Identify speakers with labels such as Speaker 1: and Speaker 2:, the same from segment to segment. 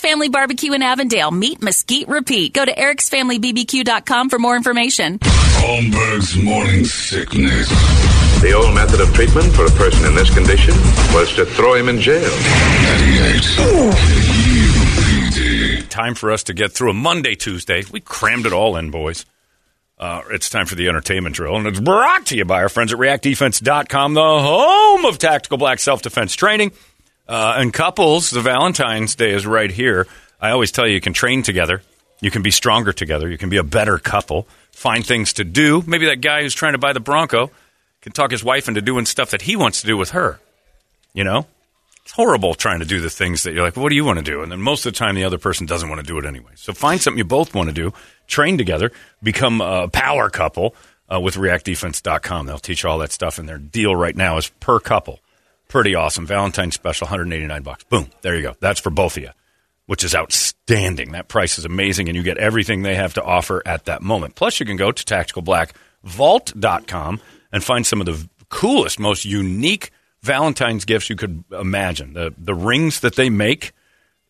Speaker 1: Family Barbecue in Avondale. Meet, mesquite, repeat. Go to ericsfamilybbq.com for more information.
Speaker 2: Holmberg's morning sickness.
Speaker 3: The old method of treatment for a person in this condition was to throw him in jail.
Speaker 2: 98. KUPD.
Speaker 4: Time for us to get through a Monday, Tuesday. We crammed it all in, boys. Uh, it's time for the entertainment drill, and it's brought to you by our friends at reactdefense.com, the home of tactical black self defense training. Uh, and couples, the Valentine's Day is right here. I always tell you, you can train together. You can be stronger together. You can be a better couple. Find things to do. Maybe that guy who's trying to buy the Bronco can talk his wife into doing stuff that he wants to do with her. You know? It's horrible trying to do the things that you're like, what do you want to do? And then most of the time, the other person doesn't want to do it anyway. So find something you both want to do, train together, become a power couple uh, with reactdefense.com. They'll teach you all that stuff, and their deal right now is per couple. Pretty awesome. Valentine's special, 189 bucks. Boom. There you go. That's for both of you, which is outstanding. That price is amazing, and you get everything they have to offer at that moment. Plus, you can go to tacticalblackvault.com and find some of the coolest, most unique Valentine's gifts you could imagine. The, the rings that they make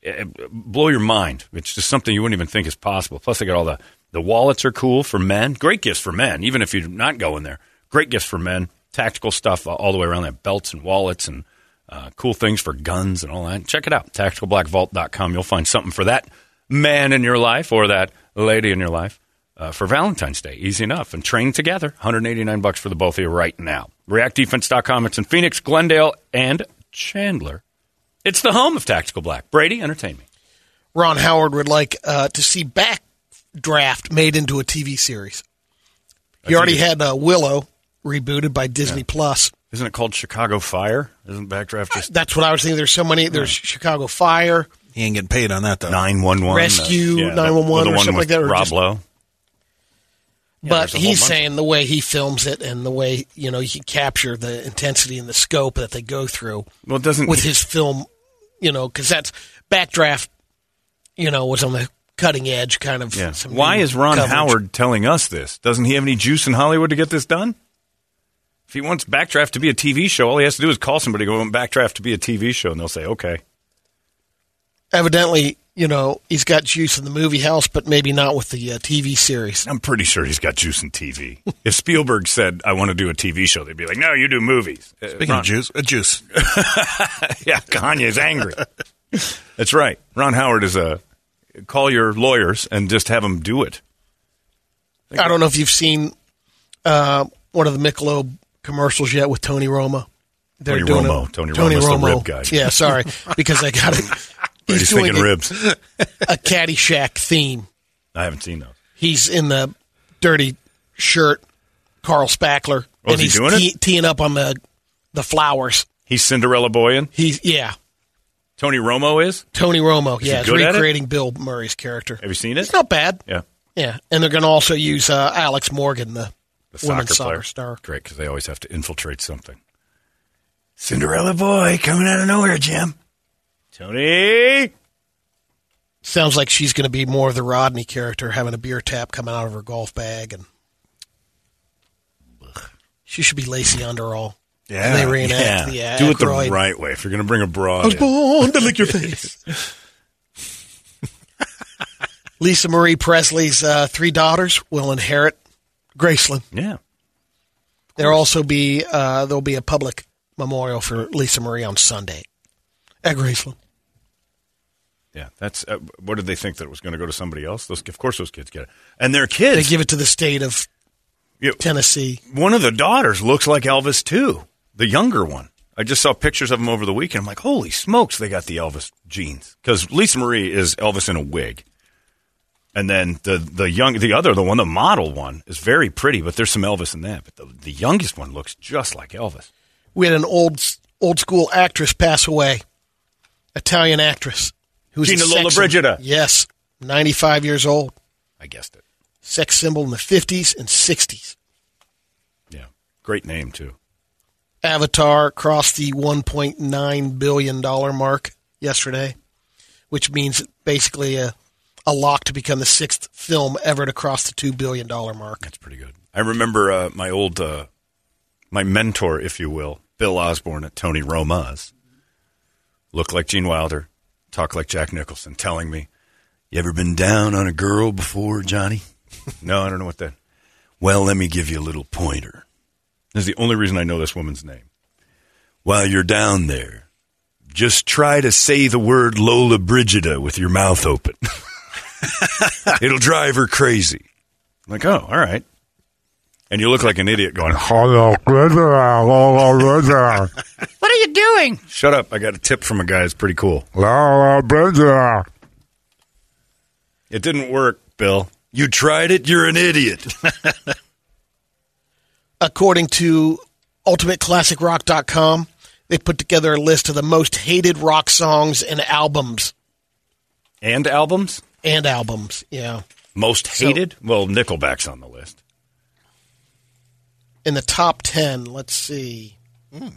Speaker 4: eh, blow your mind. It's just something you wouldn't even think is possible. Plus, they got all the, the wallets are cool for men. Great gifts for men, even if you're not going there. Great gifts for men. Tactical stuff uh, all the way around that belts and wallets and uh, cool things for guns and all that. Check it out. TacticalBlackVault.com. You'll find something for that man in your life or that lady in your life uh, for Valentine's Day. Easy enough. And train together. 189 bucks for the both of you right now. ReactDefense.com. It's in Phoenix, Glendale, and Chandler. It's the home of Tactical Black. Brady, entertain me.
Speaker 5: Ron Howard would like uh, to see Backdraft made into a TV series. You already had uh, Willow rebooted by Disney Plus.
Speaker 4: Isn't it called Chicago Fire? Isn't Backdraft just
Speaker 5: That's what I was thinking. There's so many. There's Chicago Fire.
Speaker 6: He ain't getting paid on that though.
Speaker 4: 911?
Speaker 5: Rescue,
Speaker 4: Yeah, the-
Speaker 5: 911
Speaker 4: the
Speaker 5: or
Speaker 4: one
Speaker 5: something
Speaker 4: with
Speaker 5: like that, or
Speaker 4: Rob
Speaker 5: just-
Speaker 4: Lowe.
Speaker 5: but
Speaker 4: there's a whole
Speaker 5: he's
Speaker 4: bunch.
Speaker 5: saying the way he films it and the way you know he can capture the intensity and the scope that they go through
Speaker 4: Well, it doesn't.
Speaker 5: with his film, you know, because that's backdraft. You know, was on the cutting edge, kind of.
Speaker 4: Yeah.
Speaker 5: some
Speaker 4: Why
Speaker 5: new
Speaker 4: is Ron
Speaker 5: coverage.
Speaker 4: Howard telling us this? Doesn't he have any juice in Hollywood to get this done? If he wants Backdraft to be a TV show, all he has to do is call somebody. Go "I want Backdraft to be a TV show, and they'll say okay.
Speaker 5: Evidently, you know, he's got juice in the movie house, but maybe not with the uh, TV series.
Speaker 4: I'm pretty sure he's got juice in TV. if Spielberg said, "I want to do a TV show," they'd be like, "No, you do movies." Uh,
Speaker 6: Speaking
Speaker 4: Ron-
Speaker 6: of juice, a juice.
Speaker 4: yeah, Kanye's angry. That's right. Ron Howard is a call your lawyers and just have them do it.
Speaker 5: I don't know if you've seen uh, one of the Michelob commercials yet with Tony Roma. They're
Speaker 4: Tony
Speaker 5: doing
Speaker 4: Romo.
Speaker 5: A,
Speaker 4: Tony Romo's the
Speaker 5: Romo.
Speaker 4: rib guy.
Speaker 5: Yeah, sorry, because I got it.
Speaker 4: He's
Speaker 5: doing
Speaker 4: thinking
Speaker 5: a,
Speaker 4: ribs.
Speaker 5: a Caddyshack theme.
Speaker 4: I haven't seen those.
Speaker 5: He's in the dirty shirt, Carl Spackler,
Speaker 4: Oh, is
Speaker 5: and
Speaker 4: he
Speaker 5: he's
Speaker 4: doing it?
Speaker 5: teeing up on the the flowers.
Speaker 4: He's Cinderella Boyan.
Speaker 5: He's yeah,
Speaker 4: Tony Romo is.
Speaker 5: Tony Romo. yeah,
Speaker 4: good at it?
Speaker 5: recreating Bill Murray's character.
Speaker 4: Have you seen it?
Speaker 5: It's not bad.
Speaker 4: Yeah.
Speaker 5: Yeah, and they're going to also use uh, Alex Morgan, the,
Speaker 4: the
Speaker 5: women's
Speaker 4: soccer player.
Speaker 5: soccer star.
Speaker 4: Great, because they always have to infiltrate something. Cinderella boy coming out of nowhere, Jim. Tony.
Speaker 5: Sounds like she's going to be more of the Rodney character, having a beer tap coming out of her golf bag, and she should be Lacey Underall.
Speaker 6: Yeah,
Speaker 5: they reenact the uh,
Speaker 4: Ah, Do it the
Speaker 5: Aykroyd.
Speaker 4: right way. If you're going to bring a
Speaker 5: I was
Speaker 4: broad, in.
Speaker 5: born to lick your face. Lisa Marie Presley's uh, three daughters will inherit Graceland.
Speaker 4: yeah,
Speaker 5: There'll also be uh, there'll be a public memorial for Lisa Marie on Sunday at Graceland.
Speaker 4: yeah. That's uh, what did they think that it was going to go to somebody else? Those, of course, those kids get it, and their kids.
Speaker 5: They give it to the state of
Speaker 4: you-
Speaker 5: Tennessee.
Speaker 4: one of the daughters looks like Elvis too, the younger one. I just saw pictures of him over the weekend. I'm like, holy smokes, they got the Elvis jeans because Lisa Marie is Elvis in a wig. And then the the young the other the one the model one is very pretty, but there's some Elvis in that. But the, the youngest one looks just like Elvis.
Speaker 5: we had an old old school actress pass away, Italian actress who was a
Speaker 4: Gina
Speaker 5: sex symbol.
Speaker 4: Lollobrigida.
Speaker 5: Yes, ninety five years old,
Speaker 4: I guessed it.
Speaker 5: sex symbol in the fifties and sixties.
Speaker 4: Yeah, great name too.
Speaker 5: Avatar crossed the one point nine billion dollar mark yesterday, which means basically a a lock to become the sixth film ever to cross the two billion dollar mark.
Speaker 4: That's pretty good. I remember uh, my old, uh, my mentor, if you will, Bill Osborne at Tony Roma's, looked like Gene Wilder, talked like Jack Nicholson, telling me, You ever been down on a girl before, Johnny? no, I don't know what that. Well, let me give you a little pointer. This is the only reason I know this woman's name. While you're down there, just try to say the word Lola Brigida with your mouth open. It'll drive her crazy. I'm like, oh, all right. And you look like an idiot going, What are you doing? Shut up. I got a tip from a guy. It's pretty cool. It didn't work, Bill. You tried it. You're an idiot.
Speaker 5: according to ultimateclassicrock.com, they put together a list of the most hated rock songs and albums
Speaker 4: and albums?
Speaker 5: and albums. Yeah.
Speaker 4: Most
Speaker 5: So-
Speaker 4: hated? well, Nickelback's on the list.
Speaker 5: In the top 10, let's see.
Speaker 4: Hmm.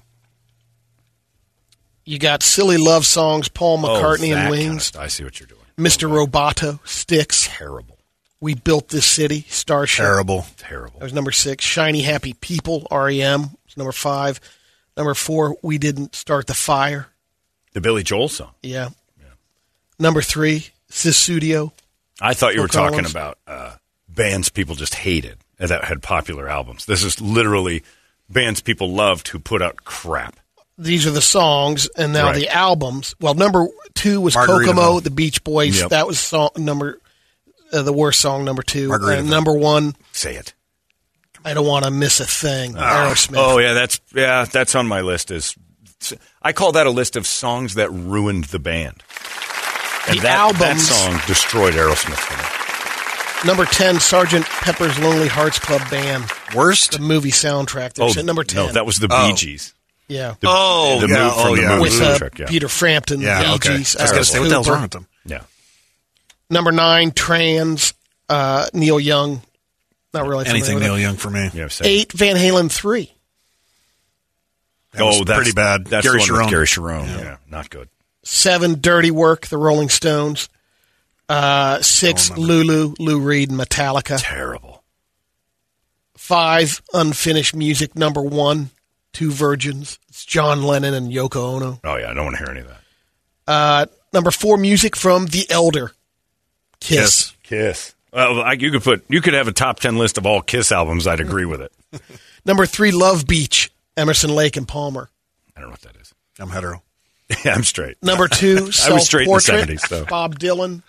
Speaker 5: You got Silly Love Songs, Paul McCartney
Speaker 4: Oh, that
Speaker 5: and
Speaker 4: kind of
Speaker 5: Wings,
Speaker 4: st- I see what you're doing.
Speaker 5: Mr. Roboto, Sticks,
Speaker 4: Terrible.
Speaker 5: We Built This City, Starship.
Speaker 6: Terrible.
Speaker 4: Terrible.
Speaker 5: That was number six. Shiny Happy People, REM, was number five. Number four, We Didn't Start the Fire.
Speaker 4: The Billy Joel song.
Speaker 5: Yeah. Number three, Sis Studio.
Speaker 4: I thought you were
Speaker 5: Phil
Speaker 4: talking
Speaker 5: Collins.
Speaker 4: about uh, bands people just hated that had popular albums. This is literally bands people loved who put out crap.
Speaker 5: These are the songs, and now
Speaker 4: Right.
Speaker 5: the albums. Well, number two was
Speaker 6: Margaritaville.
Speaker 5: Kokomo, the Beach Boys.
Speaker 4: Yep.
Speaker 5: That was song number, uh, the worst song. Number two,
Speaker 6: Margaritaville.
Speaker 5: and number one,
Speaker 4: Say it.
Speaker 5: I don't want to miss a thing. Aerosmith.
Speaker 4: Oh yeah, that's yeah, that's on my list. Is I call that a list of songs that ruined the band. And
Speaker 5: The
Speaker 4: that, that
Speaker 5: albums.
Speaker 4: song destroyed Aerosmith for me.
Speaker 5: Number ten, Sergeant Pepper's Lonely Hearts Club Band,
Speaker 6: Worst.
Speaker 5: the movie soundtrack. They were at number ten.
Speaker 4: Oh, No, that was the
Speaker 6: Oh.
Speaker 4: Bee Gees.
Speaker 5: yeah,
Speaker 4: The,
Speaker 6: Oh,
Speaker 4: the
Speaker 6: yeah,
Speaker 4: move from
Speaker 6: oh,
Speaker 4: the
Speaker 6: yeah.
Speaker 4: movie
Speaker 5: with uh,
Speaker 4: soundtrack, yeah.
Speaker 5: Peter Frampton,
Speaker 6: Yeah.
Speaker 5: the
Speaker 6: Okay.
Speaker 5: Bee
Speaker 6: I
Speaker 5: Gees,
Speaker 6: was gonna
Speaker 5: Alice
Speaker 6: say, what the hell's
Speaker 5: Cooper.
Speaker 6: wrong with them?
Speaker 4: Yeah.
Speaker 5: Number nine, Trans, uh, Neil Young. Not really familiar
Speaker 6: Anything
Speaker 5: with
Speaker 6: Neil
Speaker 5: it.
Speaker 6: Young for me.
Speaker 4: You know, say-
Speaker 5: Eight, Van Halen three.
Speaker 6: That was
Speaker 4: oh, that's
Speaker 6: pretty bad.
Speaker 4: That's
Speaker 6: Gary
Speaker 4: the one with
Speaker 6: Sharon.
Speaker 4: Gary Sharon. Yeah. not good.
Speaker 5: Seven, Dirty Work, the Rolling Stones. Uh, six, Lulu, Lou Reed, and Metallica.
Speaker 4: Terrible.
Speaker 5: Five, Unfinished Music, number one, Two Virgins. It's John Lennon and Yoko Ono.
Speaker 4: Oh yeah, I don't want to hear any of that.
Speaker 5: Number four, music from The Elder, Kiss.
Speaker 4: Kiss. Well, I, you could put you could have a top ten list of all Kiss albums. I'd agree with it.
Speaker 5: Number three, Love Beach, Emerson, Lake, and Palmer.
Speaker 4: I don't know what that is.
Speaker 6: I'm hetero.
Speaker 4: Yeah, I'm straight.
Speaker 5: Number two,
Speaker 4: I was straight in the
Speaker 5: Self-Portrait,
Speaker 4: 70s, so.
Speaker 5: Bob Dylan.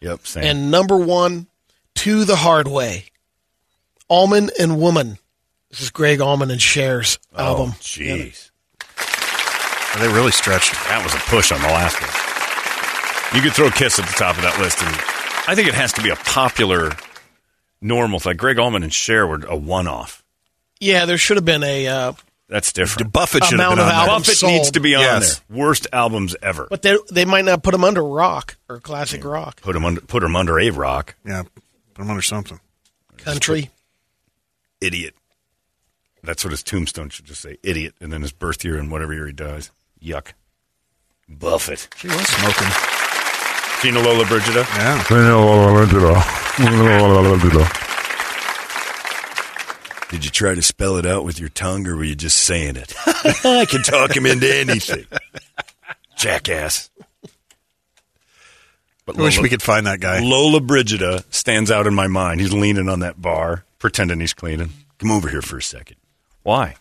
Speaker 4: Yep. Same.
Speaker 5: And number one, To the Hard Way, Almond and Woman. This is Greg Allman and Cher's album.
Speaker 4: oh, jeez.
Speaker 6: They really stretched.
Speaker 4: That was a push on the last one. You could throw Kiss at the top of that list, and I think it has to be a popular, normal thing. Greg Allman and Cher were a one-off.
Speaker 5: Yeah, there should have been a. Uh,
Speaker 4: That's
Speaker 6: The
Speaker 4: different.
Speaker 6: Buffett should have
Speaker 5: Amount
Speaker 6: been on
Speaker 5: of
Speaker 6: there.
Speaker 5: album
Speaker 4: Buffett
Speaker 5: sold.
Speaker 4: needs to be on
Speaker 6: Yes.
Speaker 4: there. Worst albums ever.
Speaker 5: but they they might not put them under rock or classic rock,
Speaker 4: Put him under. Put him under a rock.
Speaker 6: Yeah, put him under something.
Speaker 5: country.
Speaker 4: Idiot. That's what his tombstone should just say. Idiot, and then his birth year and whatever year he dies. Yuck. Buffett.
Speaker 6: She was smoking.
Speaker 4: Gina Lola Brigida.
Speaker 6: Yeah.
Speaker 4: Did you try to spell it out with your tongue or were you just saying it? I can talk him into anything. Jackass. But
Speaker 6: I wish we could find that guy.
Speaker 4: Lola Brigida stands out in my mind. He's leaning on that bar, pretending he's cleaning. Come over here for a second. Why?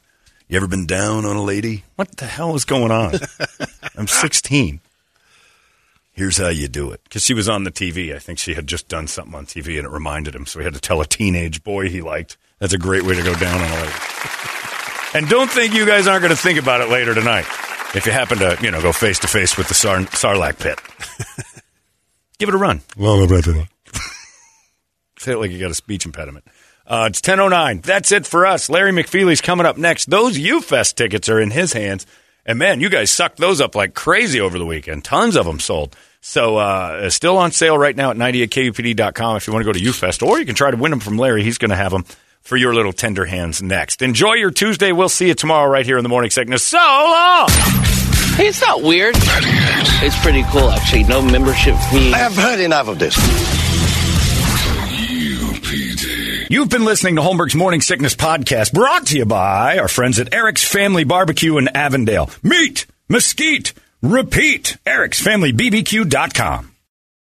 Speaker 4: You ever been down on a lady? What the hell is going on? I'm 16. Here's how you do it. Because she was on the TV. I think she had just done something on TV and it reminded him. So he had to tell a teenage boy he liked. That's a great way to go down on a lady. and don't think you guys aren't going to think about it later tonight if you happen to, you know, go face to face with the sar- Sarlacc pit. Give it a run. Say it like you got a speech impediment. Uh, it's 10.09. That's it for us. Larry McFeely's coming up next. Those U-Fest tickets are in his hands. And, man, you guys sucked those up like crazy over the weekend. Tons of them sold. So uh, still on sale right now at 98kupd.com if you want to go to U-Fest. Or you can try to win them from Larry. He's going to have them for your little tender hands next. Enjoy your Tuesday. We'll see you tomorrow right here in the morning sickness. So long!
Speaker 7: Hey, it's not weird. It's pretty cool, actually. No membership fee.
Speaker 8: I have heard enough of this.
Speaker 2: UPD.
Speaker 4: You've been listening to Holmberg's Morning Sickness Podcast, brought to you by our friends at Eric's Family Barbecue in Avondale. Meet, mesquite, repeat. Eric'sFamilyBBQ.com.